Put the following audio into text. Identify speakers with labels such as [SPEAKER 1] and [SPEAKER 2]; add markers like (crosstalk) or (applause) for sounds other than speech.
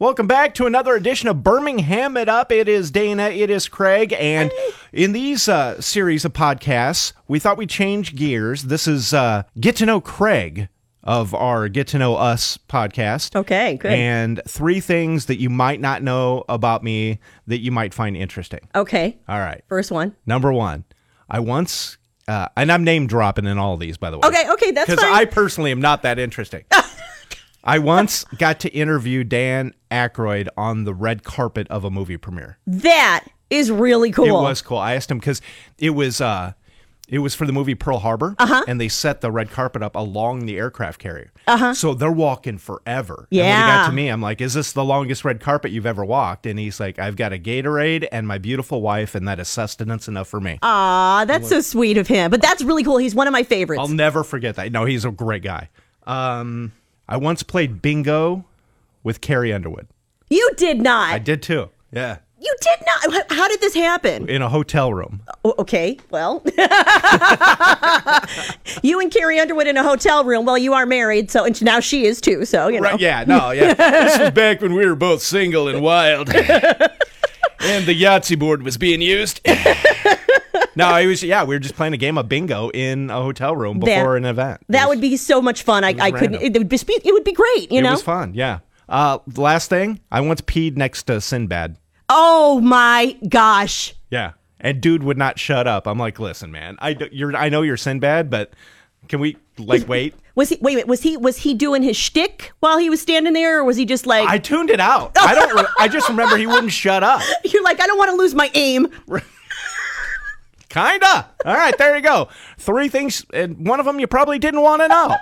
[SPEAKER 1] Welcome back to another edition of Birmingham It Up. It is Dana, it is Craig, and in these uh, series of podcasts, we thought we'd change gears. This is uh, Get to Know Craig of our Get to Know Us podcast.
[SPEAKER 2] Okay, Oh, good.
[SPEAKER 1] And three things that you might not know about me that you might find interesting.
[SPEAKER 2] Okay.
[SPEAKER 1] All right.
[SPEAKER 2] First one.
[SPEAKER 1] Number one, I once, uh, and I'm name dropping in all of these, by the way.
[SPEAKER 2] Okay, okay, that's
[SPEAKER 1] Because
[SPEAKER 2] fine.
[SPEAKER 1] I personally am not that
[SPEAKER 2] (laughs)
[SPEAKER 1] interesting. I once got to interview Dan Aykroyd on the red carpet of a movie premiere.
[SPEAKER 2] that is really cool.
[SPEAKER 1] It was cool. I asked him because it was uh, it was for the movie Pearl Harbor,
[SPEAKER 2] Uh-huh.
[SPEAKER 1] and they set the red carpet up along the aircraft carrier. Uh-huh. So they're walking forever. And when he got
[SPEAKER 2] Yeah.
[SPEAKER 1] to me, I'm like, "Is this the longest red carpet you've ever walked?" And he's like, "I've got a Gatorade and my beautiful wife, and that is sustenance enough for me."
[SPEAKER 2] Aw, Ah, that's so sweet of him. But that's really cool. He's one of my favorites.
[SPEAKER 1] I'll never forget that. No, he's a great guy. Um, I once played bingo with Carrie Underwood.
[SPEAKER 2] you did not.
[SPEAKER 1] I did too. Yeah,
[SPEAKER 2] you did not. H- How did this happen?
[SPEAKER 1] in a hotel room.
[SPEAKER 2] O- okay, well. (laughs) you and Carrie Underwood in a hotel room. Well, you are married, so and now she is too. So you know.
[SPEAKER 1] Right? Yeah. No.
[SPEAKER 2] (laughs)
[SPEAKER 1] Yeah. this was back when we were both single and wild, and the Yahtzee board was being
[SPEAKER 2] (laughs)
[SPEAKER 1] used. no, it was. Yeah, we were just playing a game of bingo in a hotel room
[SPEAKER 2] That-
[SPEAKER 1] before an event. It
[SPEAKER 2] That
[SPEAKER 1] was-
[SPEAKER 2] would be so much fun. I, I couldn't.
[SPEAKER 1] random.
[SPEAKER 2] It would be. It would be great. You
[SPEAKER 1] It
[SPEAKER 2] know.
[SPEAKER 1] was fun. Yeah. Uh, the last thing, I once peed next to Sinbad.
[SPEAKER 2] Oh my gosh.
[SPEAKER 1] Yeah, and dude would not shut up. I'm like, listen, man, I d- you're I know you're Sinbad, but can we like wait?
[SPEAKER 2] Was he? Wait, wait. Was he? Was he doing his shtick while he was standing there, or was he just like?
[SPEAKER 1] I tuned it out. I don't. Re- I just remember he wouldn't shut up.
[SPEAKER 2] You're like, I don't want to lose my aim.
[SPEAKER 1] Kinda. All right, there you go. Three things, and one of them you probably didn't want to know.